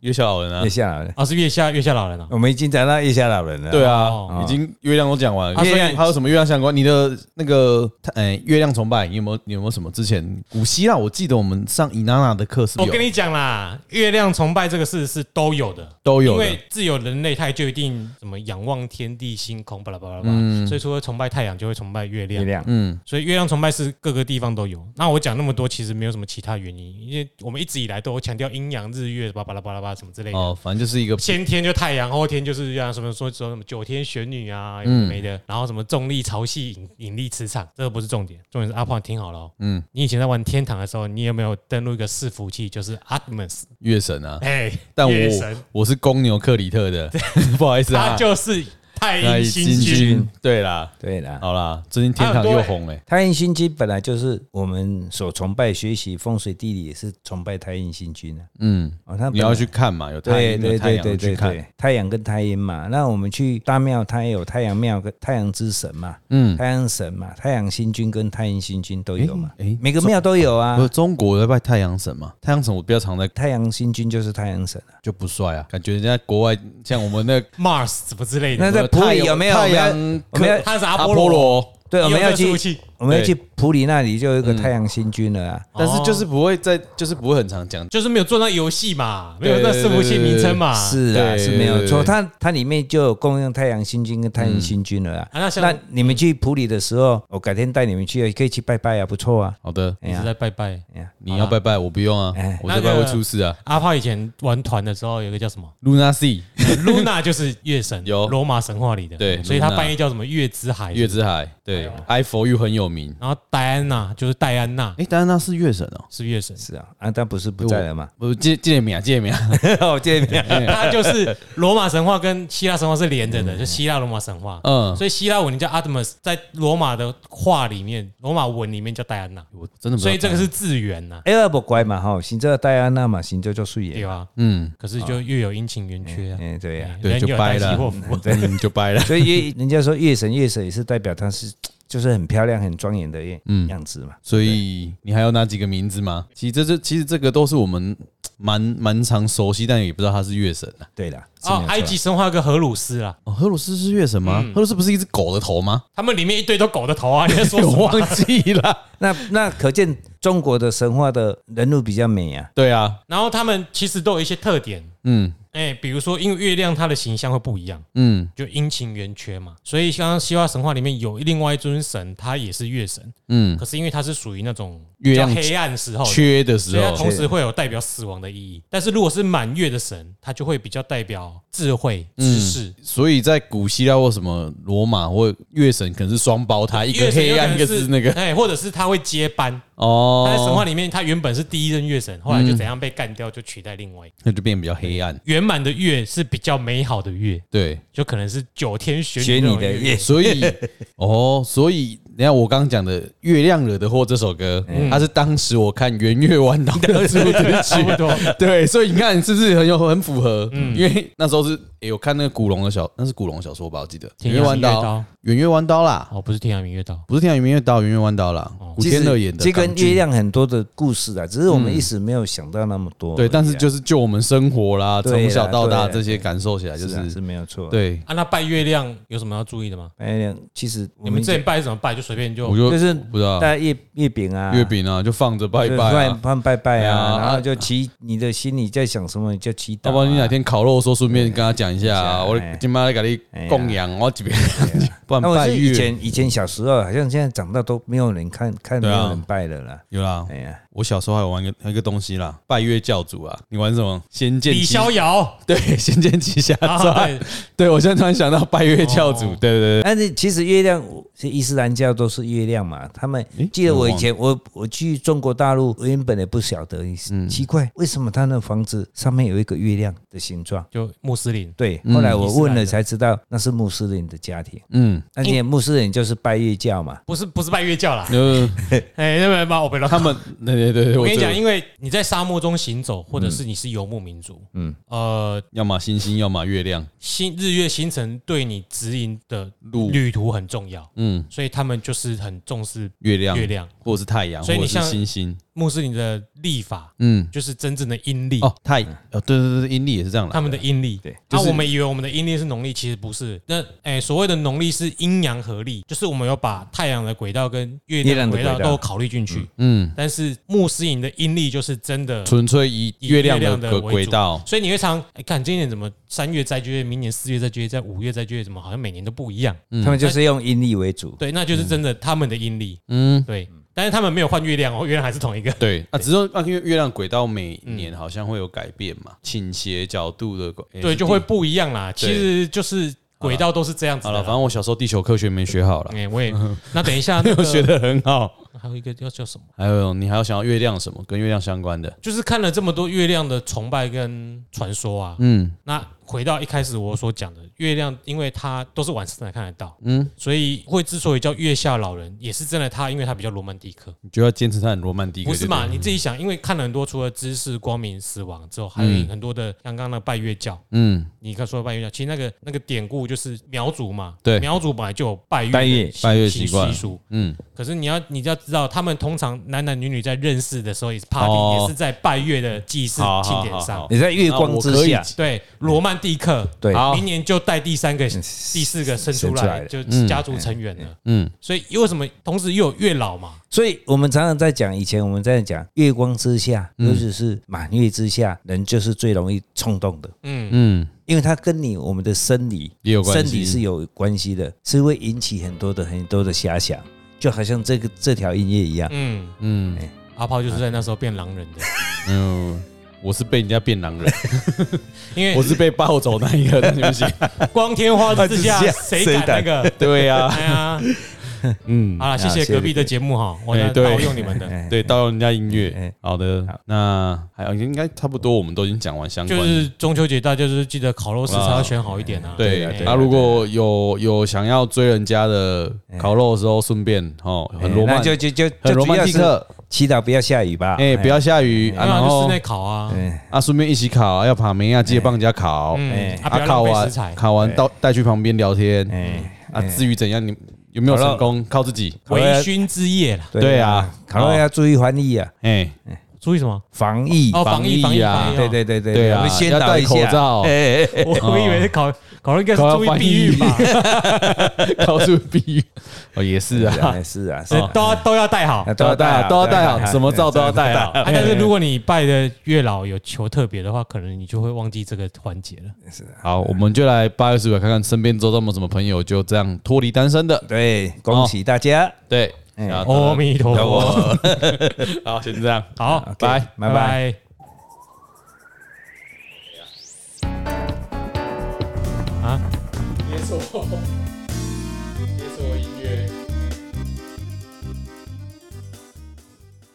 [SPEAKER 1] 月下老人啊
[SPEAKER 3] 月，下老人，
[SPEAKER 2] 啊，是月下月下老人啊，
[SPEAKER 3] 我们已经讲到月下老人了，
[SPEAKER 1] 对
[SPEAKER 2] 哦
[SPEAKER 1] 啊，已经月亮都讲完，
[SPEAKER 2] 啊
[SPEAKER 1] 月
[SPEAKER 2] 所以
[SPEAKER 1] 亮还有什么月亮相关？你的那个哎，月亮崇拜，你有没有你有没有什么之前古希腊？我记得我们上伊娜娜的课是
[SPEAKER 2] 我
[SPEAKER 1] 有
[SPEAKER 2] 跟你讲啦，月亮崇拜这个事是都有的，
[SPEAKER 1] 都有
[SPEAKER 2] 因
[SPEAKER 1] 的
[SPEAKER 2] 为，自有人类，他就一定什么仰望天地星空，巴拉巴拉巴拉。所以除了崇拜太阳，就会崇拜月
[SPEAKER 3] 月
[SPEAKER 2] 亮。
[SPEAKER 3] 亮，
[SPEAKER 1] 嗯，
[SPEAKER 2] 所以月亮崇拜是各个地方都有。那我讲那么多，其实没有什么其他原因，因为我们一直以来都有强调阴阳日月，巴拉巴拉巴拉巴拉什么之类的。
[SPEAKER 1] 哦，反正就是一个
[SPEAKER 2] 先天就太阳，后天就是这样，什么说说什么九天玄女啊，有的没的，然后什么重力、潮汐、引引力、磁场，这个不是重点，重点是阿胖听好了、哦，嗯
[SPEAKER 1] 嗯，
[SPEAKER 2] 你以前在玩天堂的时候，你有没有登录一个伺服器，就是 Atmos？
[SPEAKER 1] 月神啊，
[SPEAKER 2] 哎，
[SPEAKER 1] 但
[SPEAKER 2] 月
[SPEAKER 1] 我
[SPEAKER 2] 神
[SPEAKER 1] 我是公牛克里特的， 不好意思
[SPEAKER 2] 他
[SPEAKER 1] 啊，
[SPEAKER 2] 就是太
[SPEAKER 1] 那
[SPEAKER 2] 阴星君，
[SPEAKER 1] 对啦，
[SPEAKER 3] 对啦。
[SPEAKER 1] 好啦，最近天堂又红欸嘞、
[SPEAKER 3] 太阴星君本来就是我们所崇拜、学习风水地理，也是崇拜太阴星君啊。
[SPEAKER 1] 嗯，
[SPEAKER 3] 哦，他本来
[SPEAKER 1] 你要去看嘛，有太
[SPEAKER 3] 对
[SPEAKER 1] 阴有
[SPEAKER 3] 对
[SPEAKER 1] 太
[SPEAKER 3] 对
[SPEAKER 1] 阳
[SPEAKER 3] 对
[SPEAKER 1] 有
[SPEAKER 3] 对
[SPEAKER 1] 去
[SPEAKER 3] 对
[SPEAKER 1] 看，，
[SPEAKER 3] 太阳跟太阴嘛。那我们去大庙，它也有太阳庙跟太阳之神嘛，
[SPEAKER 1] 嗯，
[SPEAKER 3] 太阳神嘛，太阳星君跟太阴星君都有嘛，
[SPEAKER 1] 诶诶
[SPEAKER 3] 每个庙都有
[SPEAKER 1] 不是
[SPEAKER 3] 啊。
[SPEAKER 1] 中国在拜太阳神嘛？太阳神我比较常在，
[SPEAKER 3] 太阳星君就是太阳神啊。
[SPEAKER 1] 就不帅啊，感觉人家国外像我们那
[SPEAKER 2] Mars 什么之类的。
[SPEAKER 3] 那在普
[SPEAKER 1] 太
[SPEAKER 3] 里
[SPEAKER 1] 阳
[SPEAKER 3] 有没有？
[SPEAKER 1] 太
[SPEAKER 3] 我
[SPEAKER 1] 阳
[SPEAKER 3] 们要我们要
[SPEAKER 2] 他是阿
[SPEAKER 1] 阿
[SPEAKER 2] 波
[SPEAKER 1] 波
[SPEAKER 2] 罗，
[SPEAKER 1] 罗，
[SPEAKER 3] 对，我们要
[SPEAKER 2] 有这个伺服
[SPEAKER 3] 去
[SPEAKER 2] 器
[SPEAKER 3] 我们要去
[SPEAKER 1] 对
[SPEAKER 3] 普里那里就有一个太阳星君了啊。
[SPEAKER 1] 但
[SPEAKER 2] 哦
[SPEAKER 1] 是就是不会在，就是不会很常讲。
[SPEAKER 2] 就是没有做那游戏嘛，没有
[SPEAKER 1] 对
[SPEAKER 2] 那
[SPEAKER 1] 对
[SPEAKER 2] 伺服器名称嘛。
[SPEAKER 3] 是啊，
[SPEAKER 1] 对
[SPEAKER 3] 是没有
[SPEAKER 1] 对
[SPEAKER 3] 错，
[SPEAKER 1] 对
[SPEAKER 3] 它它里面就有供应太阳星君跟太阳星君了啊。
[SPEAKER 2] 啊，那像
[SPEAKER 3] 那你们去普里的时候，我改天带你们去，可以去拜拜啊，不错啊。
[SPEAKER 1] 好的，
[SPEAKER 3] 哎
[SPEAKER 2] 一直
[SPEAKER 3] 呀，
[SPEAKER 2] 在拜拜。
[SPEAKER 3] 哎呀，
[SPEAKER 1] 你要拜拜，我不用啊
[SPEAKER 3] 哎，
[SPEAKER 1] 我这拜会出事啊。
[SPEAKER 2] 阿炮以前玩团的时候，有一个 叫什么
[SPEAKER 1] Luna C
[SPEAKER 2] Luna，就是月神，
[SPEAKER 1] 有
[SPEAKER 2] 罗马神话里的，
[SPEAKER 1] 对
[SPEAKER 2] 所以他
[SPEAKER 1] Luna
[SPEAKER 2] 半夜叫什么月之海。
[SPEAKER 1] 月之海，对，I for you 很有名。
[SPEAKER 2] 然后戴安娜就是戴安娜
[SPEAKER 1] 哎，当然那是月神哦，
[SPEAKER 2] 是月神，
[SPEAKER 3] 是啊，啊，但不是不在了嘛。
[SPEAKER 1] 不，借借名啊，借 名啊，
[SPEAKER 3] 哦，见 面
[SPEAKER 2] 她就是罗马神话跟希腊神话是连着的，就希腊罗马神话。
[SPEAKER 1] 嗯，
[SPEAKER 2] 所以希腊文叫 Artemis，在罗马的画里面，罗马文里面叫戴安娜，
[SPEAKER 1] 我真的不知道
[SPEAKER 2] 所以这个是字源呐，
[SPEAKER 3] 哎，二不乖嘛吼，行这戴安娜嘛，行这叫素
[SPEAKER 2] 对
[SPEAKER 3] 颜。
[SPEAKER 2] 吧？
[SPEAKER 1] 嗯，
[SPEAKER 2] 可是就月有阴晴圆缺啊，
[SPEAKER 3] 哎，对呀，
[SPEAKER 1] 对，
[SPEAKER 2] 人
[SPEAKER 1] 就
[SPEAKER 2] 有
[SPEAKER 1] 掰
[SPEAKER 2] 旦夕
[SPEAKER 1] 了
[SPEAKER 2] 祸福，哦
[SPEAKER 1] 嗯，就 掰了。
[SPEAKER 3] 所以月人家说月神，月神也是代表她是就是很漂亮、很庄严的样
[SPEAKER 1] 嗯
[SPEAKER 3] 样子嘛。
[SPEAKER 1] 所以你还有哪几个名字吗？其实这这其实这个都是我们蛮蛮常熟悉，但也不知道他是月神啊。
[SPEAKER 3] 对啦，是没有
[SPEAKER 2] 哦，
[SPEAKER 3] 错
[SPEAKER 2] 埃及神话跟荷鲁斯啦，
[SPEAKER 1] 哦，荷鲁斯是月神吗？
[SPEAKER 2] 嗯
[SPEAKER 1] 荷鲁斯不是一只狗的头 吗？
[SPEAKER 2] 他们里面一堆都狗的 头啊，你在说什
[SPEAKER 1] 我
[SPEAKER 2] 么？
[SPEAKER 1] 忘记了。
[SPEAKER 3] 那那可见中国的神话的人物比较美啊。
[SPEAKER 1] 对啊，
[SPEAKER 2] 然后他们其实都有一些特点，
[SPEAKER 1] 嗯
[SPEAKER 2] 哎，比如说因为月亮它的形象会不一样，
[SPEAKER 1] 嗯
[SPEAKER 2] 就阴晴圆缺嘛，所以像希腊神话里面有另外一尊神，他也是月神，
[SPEAKER 1] 嗯，
[SPEAKER 2] 可是因为它是属于那种
[SPEAKER 1] 月亮
[SPEAKER 2] 比较黑暗时候的。
[SPEAKER 1] 缺的哦时
[SPEAKER 2] 所以它
[SPEAKER 1] 候
[SPEAKER 2] 同时会有代表死亡的意义，但是如果是满月的神，它就会比较代表智慧、
[SPEAKER 1] 嗯
[SPEAKER 2] 知识。
[SPEAKER 1] 所以在古希腊或什么罗马或月神可能是双胞胎，一
[SPEAKER 2] 月
[SPEAKER 1] 个
[SPEAKER 2] 神有
[SPEAKER 1] 黑
[SPEAKER 2] 可能
[SPEAKER 1] 暗，一个是那个
[SPEAKER 2] 哎，或者是他会接班。他在神
[SPEAKER 1] 哦，
[SPEAKER 2] 话里面，他原本是第一任月神，后来就怎样被干掉，就取代另外一个。
[SPEAKER 1] 那就变比较黑暗。
[SPEAKER 2] 原满的月是比较美好的月，
[SPEAKER 1] 对，
[SPEAKER 2] 就可能是九天
[SPEAKER 3] 学
[SPEAKER 2] 玄
[SPEAKER 3] 你
[SPEAKER 2] 女
[SPEAKER 3] 的
[SPEAKER 2] 的
[SPEAKER 3] 耶
[SPEAKER 2] 月。
[SPEAKER 1] 所 以哦，所以你看我刚刚讲的《月亮惹的祸》这首歌，
[SPEAKER 3] 嗯
[SPEAKER 1] 它是当时我看《圆月弯刀》的主题
[SPEAKER 2] 差不
[SPEAKER 1] 曲。
[SPEAKER 2] 多，
[SPEAKER 1] 对，所以你看是不是很有很符合？嗯，因为那时候是诶有看那个古龙的小，那是古龙小说吧，我记得《
[SPEAKER 2] 天
[SPEAKER 1] 圆月
[SPEAKER 2] 涯
[SPEAKER 1] 弯
[SPEAKER 2] 明月
[SPEAKER 1] 刀》《
[SPEAKER 2] 刀
[SPEAKER 1] 圆月弯刀》啦，
[SPEAKER 2] 哦，不是天涯明月刀，
[SPEAKER 1] 不是《天涯明月刀》，《圆月弯刀》啦，古
[SPEAKER 3] 哦其
[SPEAKER 1] 天
[SPEAKER 3] 实
[SPEAKER 1] 乐演的
[SPEAKER 3] 这
[SPEAKER 1] 港
[SPEAKER 3] 跟
[SPEAKER 1] 剧嗯
[SPEAKER 3] 月亮很多的故事啊，只是我们一时没有想到那么多而已啊。
[SPEAKER 1] 对，但是就是就我们生活啦，
[SPEAKER 3] 对啦啊
[SPEAKER 1] 从小到大
[SPEAKER 3] 对啦
[SPEAKER 1] 这些感受起来，就是
[SPEAKER 3] 啊是
[SPEAKER 1] 是
[SPEAKER 3] 没有错。，
[SPEAKER 1] 对，
[SPEAKER 2] 啊，那拜月亮有什么要注意的吗？
[SPEAKER 3] 月亮其实我
[SPEAKER 2] 你们
[SPEAKER 3] 们
[SPEAKER 2] 之前拜是怎么拜？就随便就
[SPEAKER 1] 我就
[SPEAKER 3] 就是
[SPEAKER 1] 不知道
[SPEAKER 3] 大家月月饼啊，
[SPEAKER 1] 啊月饼啊，就放着拜
[SPEAKER 3] 对
[SPEAKER 1] 拜啊。
[SPEAKER 3] 放拜拜
[SPEAKER 1] 哎
[SPEAKER 3] 啊，
[SPEAKER 1] 呀
[SPEAKER 3] 然后就祈你的心里在想什么，你就祈祷啊。
[SPEAKER 1] 要不然你哪天烤肉的时候，顺便跟他讲一下啊，
[SPEAKER 3] 哎
[SPEAKER 1] 我今妈来给你供养，我这边 不然
[SPEAKER 3] 那我
[SPEAKER 1] 拜
[SPEAKER 3] 是以
[SPEAKER 1] 月
[SPEAKER 3] 前以前小时候，好像现在长大都没有人看看没
[SPEAKER 1] 对啊
[SPEAKER 3] 有人拜了啦。
[SPEAKER 1] 有啦。
[SPEAKER 3] 哎呀，
[SPEAKER 1] 我小时候还有玩一个还有一个东西啦，拜月教主啊，你玩什么？仙剑
[SPEAKER 2] 李
[SPEAKER 1] 奇
[SPEAKER 2] 逍遥
[SPEAKER 1] 对， 仙剑奇侠
[SPEAKER 2] 啊，
[SPEAKER 1] 传。
[SPEAKER 2] 对
[SPEAKER 1] 对我现在突然想到拜月教主
[SPEAKER 2] 哦，
[SPEAKER 1] 对对对，
[SPEAKER 3] 但是其实月亮是伊斯兰教都是月亮嘛，他们
[SPEAKER 1] 诶
[SPEAKER 3] 记得
[SPEAKER 1] 我
[SPEAKER 3] 我以
[SPEAKER 1] 忘嗯
[SPEAKER 3] 前我我去中国大陆，我原本也不晓得，奇怪为什么他那房子上面有一个月亮的形状。
[SPEAKER 2] 就穆斯林，
[SPEAKER 3] 对，
[SPEAKER 1] 嗯
[SPEAKER 3] 后来我问
[SPEAKER 2] 伊
[SPEAKER 3] 了
[SPEAKER 2] 斯兰的
[SPEAKER 3] 才知道那是穆斯林的家庭，
[SPEAKER 1] 嗯，
[SPEAKER 3] 而且穆斯林就是拜月教嘛。
[SPEAKER 2] 不是不是拜月教 啦，
[SPEAKER 1] 呃，
[SPEAKER 2] 哎，那边把我被
[SPEAKER 1] 他们对对对对，
[SPEAKER 2] 我跟你
[SPEAKER 1] 这
[SPEAKER 2] 讲，因为你在沙漠中行走，或者是你是游牧民族，嗯，呃，
[SPEAKER 1] 要么星星，要么月亮，
[SPEAKER 2] 星日月星辰对你指引的
[SPEAKER 1] 路
[SPEAKER 2] 旅途很重要，
[SPEAKER 1] 嗯，
[SPEAKER 2] 所以他们就是很重视
[SPEAKER 1] 月亮，
[SPEAKER 2] 月亮。
[SPEAKER 1] 或者是太阳，
[SPEAKER 2] 所以
[SPEAKER 1] 或
[SPEAKER 2] 你
[SPEAKER 1] 者是
[SPEAKER 2] 像
[SPEAKER 1] 星星，
[SPEAKER 2] 穆斯林的历法
[SPEAKER 1] 嗯，
[SPEAKER 2] 就是真正的阴历，
[SPEAKER 1] 哦，太哦，对对对，阴历也是这样来
[SPEAKER 2] 他们的阴历。
[SPEAKER 3] 对，
[SPEAKER 2] 那
[SPEAKER 1] 就是
[SPEAKER 2] 我们以为我们的阴历是农历，其实不是。那哎，所谓的农历是阴阳合历，就是我们有把太阳的轨道跟月
[SPEAKER 3] 月
[SPEAKER 2] 亮
[SPEAKER 3] 亮的
[SPEAKER 2] 的轨道
[SPEAKER 3] 轨道
[SPEAKER 2] 都考虑进去。
[SPEAKER 1] 嗯，
[SPEAKER 2] 但是穆斯林的阴历就是真的
[SPEAKER 1] 纯粹以
[SPEAKER 2] 以
[SPEAKER 1] 月亮
[SPEAKER 2] 月亮
[SPEAKER 1] 的
[SPEAKER 2] 的
[SPEAKER 1] 轨
[SPEAKER 2] 为
[SPEAKER 1] 轨
[SPEAKER 2] 主
[SPEAKER 1] 道，
[SPEAKER 2] 所以你会常哎看今年怎么三月再就业，明年四月再就业，在五月再就业，怎么好像每年都不一样？
[SPEAKER 3] 他们就是用阴历为主，
[SPEAKER 2] 对，那就是真的他们的阴历，
[SPEAKER 1] 嗯，
[SPEAKER 2] 对。但是他们没有换月亮哦，月亮还是同一个。
[SPEAKER 1] 对啊，只是说啊，因为月亮轨道每年好像会有改变嘛，倾斜角度的轨，
[SPEAKER 2] 对，就会不一样啦。
[SPEAKER 1] 对
[SPEAKER 2] 其实就是轨道都是这样子
[SPEAKER 1] 好
[SPEAKER 2] 的
[SPEAKER 1] 了。反
[SPEAKER 2] 啦。
[SPEAKER 1] 正我小时候地球科学没学好了，嗯
[SPEAKER 2] 哎，我也那等一下，
[SPEAKER 1] 没
[SPEAKER 2] 那
[SPEAKER 1] 有学
[SPEAKER 2] 个
[SPEAKER 1] 的很好。
[SPEAKER 2] 还有一个叫叫什么？
[SPEAKER 1] 还有你还要想要月亮什么跟月亮相关的？
[SPEAKER 2] 就是看了这么多月亮的崇拜跟传说啊，
[SPEAKER 1] 嗯
[SPEAKER 2] 那回到一开始我所讲的，月亮因为它都是晚上才看得到，嗯，所以会之所以叫月下老人，也是真的它，因为它比较罗曼蒂克。
[SPEAKER 1] 你就要坚持它很罗曼蒂克，
[SPEAKER 2] 不是嘛？
[SPEAKER 1] 对对？
[SPEAKER 2] 你自己想，因为看了很多，除了知识、光明、死亡之后，还有很多的像刚刚那个拜月教。
[SPEAKER 1] 嗯，
[SPEAKER 2] 你刚说的拜月教，其实那个那个典故就是苗族嘛，
[SPEAKER 1] 对
[SPEAKER 2] 苗族本来就有拜月的
[SPEAKER 3] 拜月
[SPEAKER 2] 习
[SPEAKER 1] 拜月
[SPEAKER 2] 习
[SPEAKER 1] 习惯
[SPEAKER 2] 习俗。
[SPEAKER 1] 嗯，
[SPEAKER 2] 可是你要你要知道，他们通常男男女女在认识的时候也是 party，、
[SPEAKER 1] 哦
[SPEAKER 2] 也是在拜月的祭祀
[SPEAKER 1] 好
[SPEAKER 2] 庆
[SPEAKER 1] 好好
[SPEAKER 2] 典上
[SPEAKER 1] 好。
[SPEAKER 3] 你在月
[SPEAKER 1] 那
[SPEAKER 3] 光
[SPEAKER 1] 我
[SPEAKER 3] 之
[SPEAKER 1] 可以
[SPEAKER 3] 下，
[SPEAKER 2] 对，罗曼蒂克，
[SPEAKER 3] 对，
[SPEAKER 1] 好
[SPEAKER 2] 明年就带第三个、第四个生出
[SPEAKER 3] 生出来
[SPEAKER 2] 来，
[SPEAKER 3] 了
[SPEAKER 2] 就家族成员了。
[SPEAKER 1] 嗯，
[SPEAKER 2] 所以为什么同时又有月老嘛？
[SPEAKER 3] 所以我们常常在讲，以前我们在讲月光之下，
[SPEAKER 1] 嗯
[SPEAKER 3] 尤其是满月之下，人就是最容易冲动的，
[SPEAKER 2] 嗯，
[SPEAKER 1] 嗯，
[SPEAKER 3] 因为它跟你我们的生理
[SPEAKER 1] 也有关
[SPEAKER 3] 身
[SPEAKER 1] 系
[SPEAKER 3] 体是有关系的，是会引起很多的很多的遐想，就好像这个这条音乐一样。
[SPEAKER 2] 嗯，
[SPEAKER 1] 嗯
[SPEAKER 3] 哎
[SPEAKER 2] 阿炮就是在那时候变狼人 的，
[SPEAKER 1] 嗯，我是被人家变狼人，
[SPEAKER 2] 因为
[SPEAKER 1] 我是被抱走那一个，对不起。
[SPEAKER 2] 光天化日之下
[SPEAKER 3] 之下，
[SPEAKER 2] 谁
[SPEAKER 3] 谁
[SPEAKER 2] 敢那个？
[SPEAKER 1] 对啊呀，
[SPEAKER 2] 哎呀，
[SPEAKER 1] 嗯，
[SPEAKER 2] 好了，谢谢隔壁的节目哈，我
[SPEAKER 1] 哎
[SPEAKER 2] 来
[SPEAKER 1] 对
[SPEAKER 2] 盗用你们的，
[SPEAKER 3] 哎
[SPEAKER 1] 对，盗用人家音乐
[SPEAKER 3] 哎。
[SPEAKER 1] 好的
[SPEAKER 3] 好，
[SPEAKER 1] 那还有应该差不多，我们都已经讲完相关
[SPEAKER 2] 就
[SPEAKER 1] 的。
[SPEAKER 2] 是中秋节大家就是记得烤肉食材要选好一点啊。
[SPEAKER 1] 对
[SPEAKER 2] 哎
[SPEAKER 3] 啊对
[SPEAKER 1] 那、
[SPEAKER 3] 啊
[SPEAKER 1] 如果有有想要追人家的烤肉的时候，顺便哦，很罗
[SPEAKER 3] 哎
[SPEAKER 1] 曼，
[SPEAKER 3] 那就就就就
[SPEAKER 1] 很罗曼蒂
[SPEAKER 3] 主要
[SPEAKER 1] 克，
[SPEAKER 3] 是祈祷不要下雨吧。
[SPEAKER 1] 哎，不要下雨啊，
[SPEAKER 2] 那
[SPEAKER 1] 然
[SPEAKER 2] 就室
[SPEAKER 1] 后
[SPEAKER 2] 内烤啊，
[SPEAKER 3] 哎，
[SPEAKER 1] 啊，顺便一起烤，要把梅亚记得帮人家烤，
[SPEAKER 2] 嗯，啊，不
[SPEAKER 1] 啊，
[SPEAKER 2] 要
[SPEAKER 1] 烤
[SPEAKER 2] 浪费
[SPEAKER 1] 完
[SPEAKER 2] 食材，
[SPEAKER 1] 烤完到带去旁边聊天，
[SPEAKER 3] 哎
[SPEAKER 1] 啊，至于怎样，你有没有成功，靠自己，
[SPEAKER 2] 微醺之夜啦，
[SPEAKER 1] 对啊
[SPEAKER 3] 烤肉要注意防疫啊，
[SPEAKER 1] 哎，
[SPEAKER 2] 注意什么？
[SPEAKER 3] 防疫。
[SPEAKER 2] 哦，防疫
[SPEAKER 1] 防
[SPEAKER 2] 防
[SPEAKER 1] 疫
[SPEAKER 2] 疫
[SPEAKER 1] 啊
[SPEAKER 2] 防疫哦
[SPEAKER 3] 对对对对，
[SPEAKER 1] 对啊
[SPEAKER 3] 我们先
[SPEAKER 1] 要
[SPEAKER 3] 导
[SPEAKER 1] 戴
[SPEAKER 3] 一
[SPEAKER 1] 口
[SPEAKER 3] 下
[SPEAKER 1] 罩
[SPEAKER 3] 哎哎 哎
[SPEAKER 2] 我我以为是烤烤肉应该是
[SPEAKER 1] 烤到
[SPEAKER 2] 注意
[SPEAKER 1] 防
[SPEAKER 2] 避
[SPEAKER 1] 疫
[SPEAKER 2] 孕吧，
[SPEAKER 1] 告诉比喻，哦，也是
[SPEAKER 3] 是
[SPEAKER 1] 啊，
[SPEAKER 3] 啊，是啊，是
[SPEAKER 2] 所以
[SPEAKER 3] 啊
[SPEAKER 2] 都要都要带 好。
[SPEAKER 3] 啊
[SPEAKER 1] 都要戴好， 都要戴好，什么罩都要
[SPEAKER 3] 对
[SPEAKER 1] 戴好，哎
[SPEAKER 2] 啊但是如果你拜的月老有求特别的话，可能你就会忘记这个环节了。
[SPEAKER 1] 好，我们就来八月十五看看身边周遭有没有什么朋友就这样脱离单身的，
[SPEAKER 3] 对，恭喜大家，
[SPEAKER 1] 对，
[SPEAKER 3] 哎
[SPEAKER 1] 啊
[SPEAKER 2] 阿弥陀佛，
[SPEAKER 1] 好，先这样。
[SPEAKER 2] 好，
[SPEAKER 1] 拜
[SPEAKER 3] 拜拜。
[SPEAKER 2] 啊。
[SPEAKER 1] 解锁，解锁音乐。